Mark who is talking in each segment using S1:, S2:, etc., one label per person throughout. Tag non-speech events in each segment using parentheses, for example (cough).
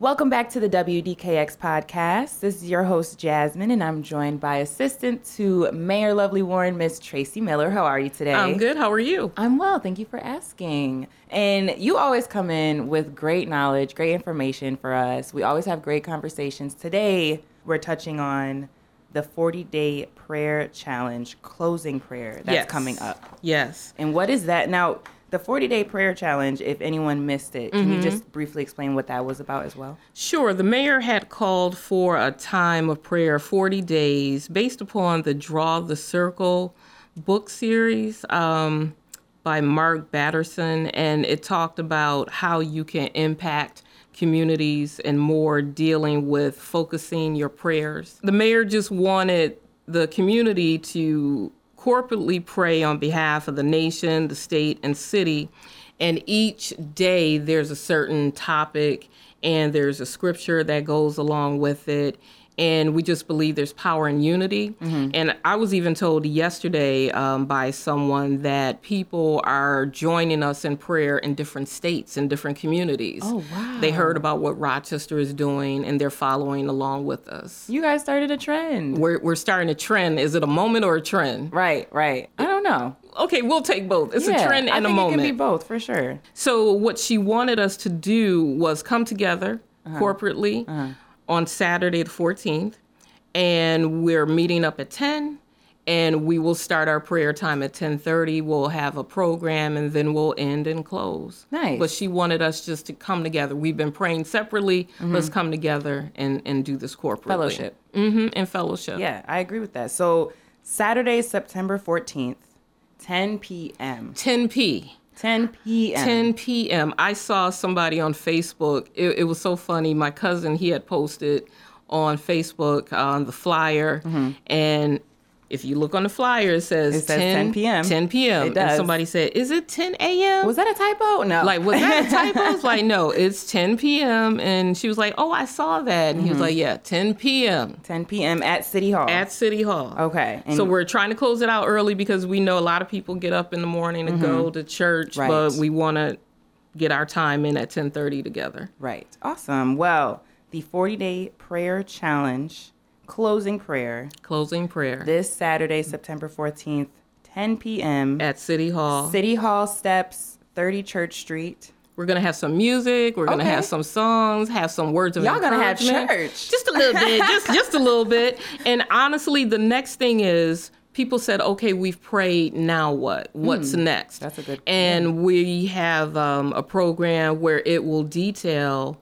S1: Welcome back to the WDKX podcast. This is your host, Jasmine, and I'm joined by assistant to Mayor Lovely Warren, Miss Tracy Miller. How are you today?
S2: I'm good. How are you?
S1: I'm well. Thank you for asking. And you always come in with great knowledge, great information for us. We always have great conversations. Today, we're touching on the 40 day prayer challenge closing prayer that's
S2: Yes.
S1: coming up.
S2: Yes.
S1: And what is that? Now, the 40 day prayer challenge, if anyone missed it, can
S2: Mm-hmm.
S1: you just briefly explain what that was about as well?
S2: Sure. The mayor had called for a time of prayer, 40 days, based upon the Draw the Circle book series um, by Mark Batterson. And it talked about how you can impact communities and more dealing with focusing your prayers. The mayor just wanted the community to corporately pray on behalf of the nation, the state, and city. And each day there's a certain topic and there's a scripture that goes along with it. And we just believe there's power in unity.
S1: Mm-hmm.
S2: And I was even told yesterday um, by someone that people are joining us in prayer in different states and different communities.
S1: Oh, wow.
S2: They heard about what Rochester is doing and they're following along with us.
S1: You guys started a trend.
S2: We're, we're starting a trend. Is it a moment or a trend?
S1: Right, right. I don't know.
S2: Okay, we'll take both. It's
S1: Yeah,
S2: a trend
S1: I
S2: and a
S1: think
S2: moment.
S1: It can be both for sure.
S2: So what she wanted us to do was come together
S1: Uh-huh.
S2: corporately on Saturday the 14th, and we're meeting up at 10, and we will start our prayer time at 10:30. We'll have a program, and then we'll end and close.
S1: Nice.
S2: But she wanted us just to come together. We've been praying separately. Let's come together and and do this corporately.
S1: Mm-hmm. Fellowship.
S2: hmm and fellowship.
S1: Yeah, I agree with that. So Saturday, September 14th, 10 p.m.
S2: 10 p.
S1: 10 p.m.
S2: 10 p.m. I saw somebody on Facebook. It, it was so funny. My cousin, he had posted on Facebook uh, on the flyer, and if you look on the flyer, it says,
S1: Mm-hmm. It says 10 p.m..
S2: 10 p.m.
S1: It does.
S2: And somebody said, "Is it 10 a.m.?"
S1: Was that a typo? No.
S2: like, was that
S1: (laughs)
S2: a typo? I was like, no, it's 10 p.m. And she was like, "Oh, I saw that." And he
S1: Mm-hmm.
S2: was like, "Yeah, 10 p.m.
S1: 10 p.m. at City Hall.
S2: at City Hall."
S1: okay. And
S2: so we're trying to close it out early because we know a lot of people get up in the morning and go to church,
S1: Right.
S2: but we want to get our time in at 10:30 together.
S1: right. Awesome. Well, the 40 day prayer challenge, closing prayer,
S2: Closing prayer
S1: this Saturday, September 14th, 10 p.m.
S2: at City Hall.
S1: City Hall steps, 30 Church Street.
S2: We're gonna have some music. We're gonna
S1: Okay.
S2: have some songs. Have some words of
S1: Y'all gonna have
S2: encouragement.
S1: church.
S2: Just a little bit.
S1: (laughs)
S2: just just a little bit. And honestly, the next thing is people said, "Okay, we've prayed. Now what? What's next?"
S1: Hmm. That's a good-
S2: And we have um, a program where it will detail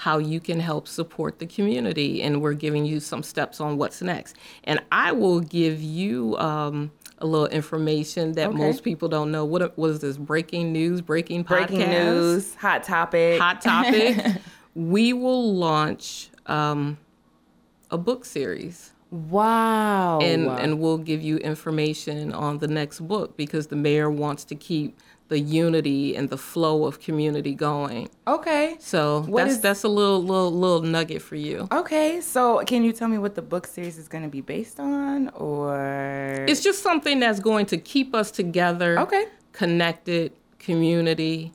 S2: how you can help support the community, and we're giving you some steps on what's next. And I will give you. Um, a little information that
S1: Okay.
S2: most people don't know. What was this breaking news? Breaking
S1: Breaking
S2: podcast,
S1: news, hot topic. (laughs)
S2: hot topic. we will launch um, a book series,
S1: Oh, Wow.
S2: and and we'll give you information on the next book because the mayor wants to keep the unity and the flow of community going.
S1: okay.
S2: So that's
S1: is-
S2: that's a little little little nugget for you.
S1: Okay, so can you tell me what the book series is going to be based on, or
S2: It's just something that's going to keep us together.
S1: okay?
S2: connected community.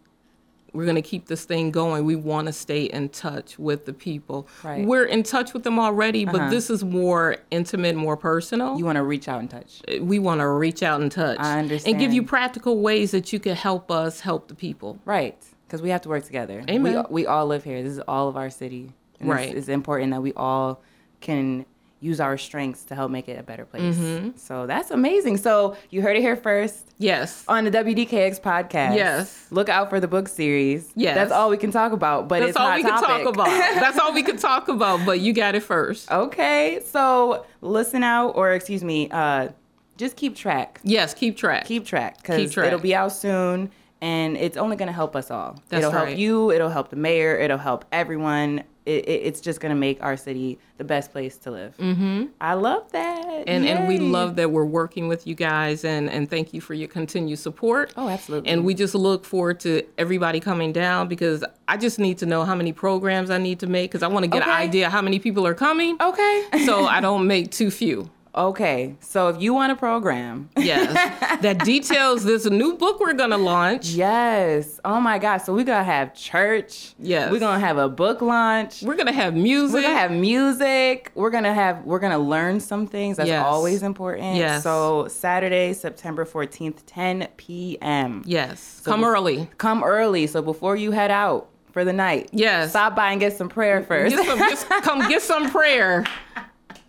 S2: We're going to keep this thing going. We want to stay in touch with the people.
S1: Right. Uh-huh.
S2: We're in touch with them already, but this is more intimate, more personal.
S1: You want to reach out and touch.
S2: we want to reach out and touch.
S1: I
S2: And give you
S1: understand.
S2: practical ways that you can help us help the people.
S1: Right, because we have to work together.
S2: Amen.
S1: We, we all live here. This is all of our city. And it's-
S2: Right.
S1: It's important that we all can use our strengths to help make it a better place.
S2: Mm-hmm.
S1: So that's amazing. So you heard it here first
S2: Yes.
S1: on the WDKX podcast.
S2: Yes.
S1: Look out for the book series.
S2: Yes.
S1: That's all we can talk about, but
S2: That's
S1: it's
S2: all
S1: hot
S2: we could
S1: topic.
S2: talk
S1: (laughs)
S2: about. That's all we could talk about, but you got it first.
S1: Okay, so listen out, or excuse me, uh, just keep track.
S2: Yes, keep track.
S1: Keep track
S2: Keep
S1: because
S2: track.
S1: it'll be out soon, and it's only going to help us all.
S2: That's
S1: it'll help
S2: right.
S1: you. It'll help the mayor. It'll help everyone. It, it, it's just going to make our city the best place to live. Mm-hmm. I love that,
S2: and and we
S1: Yay.
S2: love that we're working with you guys and and thank you for your continued support
S1: Oh, absolutely.
S2: and we just look forward to everybody coming down because i just need to know how many programs i need to make because i want to get
S1: Okay. Oh. (laughs)
S2: an idea how many people are coming
S1: Okay.
S2: so i don't make too few
S1: Okay, so if you want a program, (laughs)
S2: Yes. that details this new book we're going to launch.
S1: yes. Oh my God! So we're gonna have church.
S2: Yes.
S1: We're gonna have a book launch.
S2: We're going to have music.
S1: We're gonna have music. We're gonna have. We're gonna learn some things. That's
S2: Yes.
S1: always important.
S2: Yes.
S1: So Saturday, September fourteenth, ten p.m.
S2: yes. Come
S1: we-
S2: early.
S1: Come early. So before you head out for the night,
S2: Yes.
S1: Stop by and get some
S2: (laughs)
S1: prayer first.
S2: Get some, get, come get some prayer.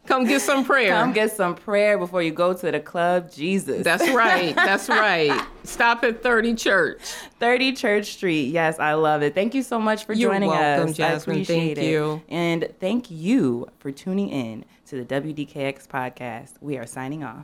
S2: Come get some prayer.
S1: Come get some prayer before you go to the club, Jesus.
S2: That's right. That's right. Stop at 30 Church.
S1: 30 Church Street. Yes, I love it. Thank you so much for
S2: You're
S1: joining
S2: welcome,
S1: us.
S2: Jasmine.
S1: I appreciate
S2: Thank
S1: it.
S2: you.
S1: And thank you for tuning in to the WDKX podcast. We are signing off.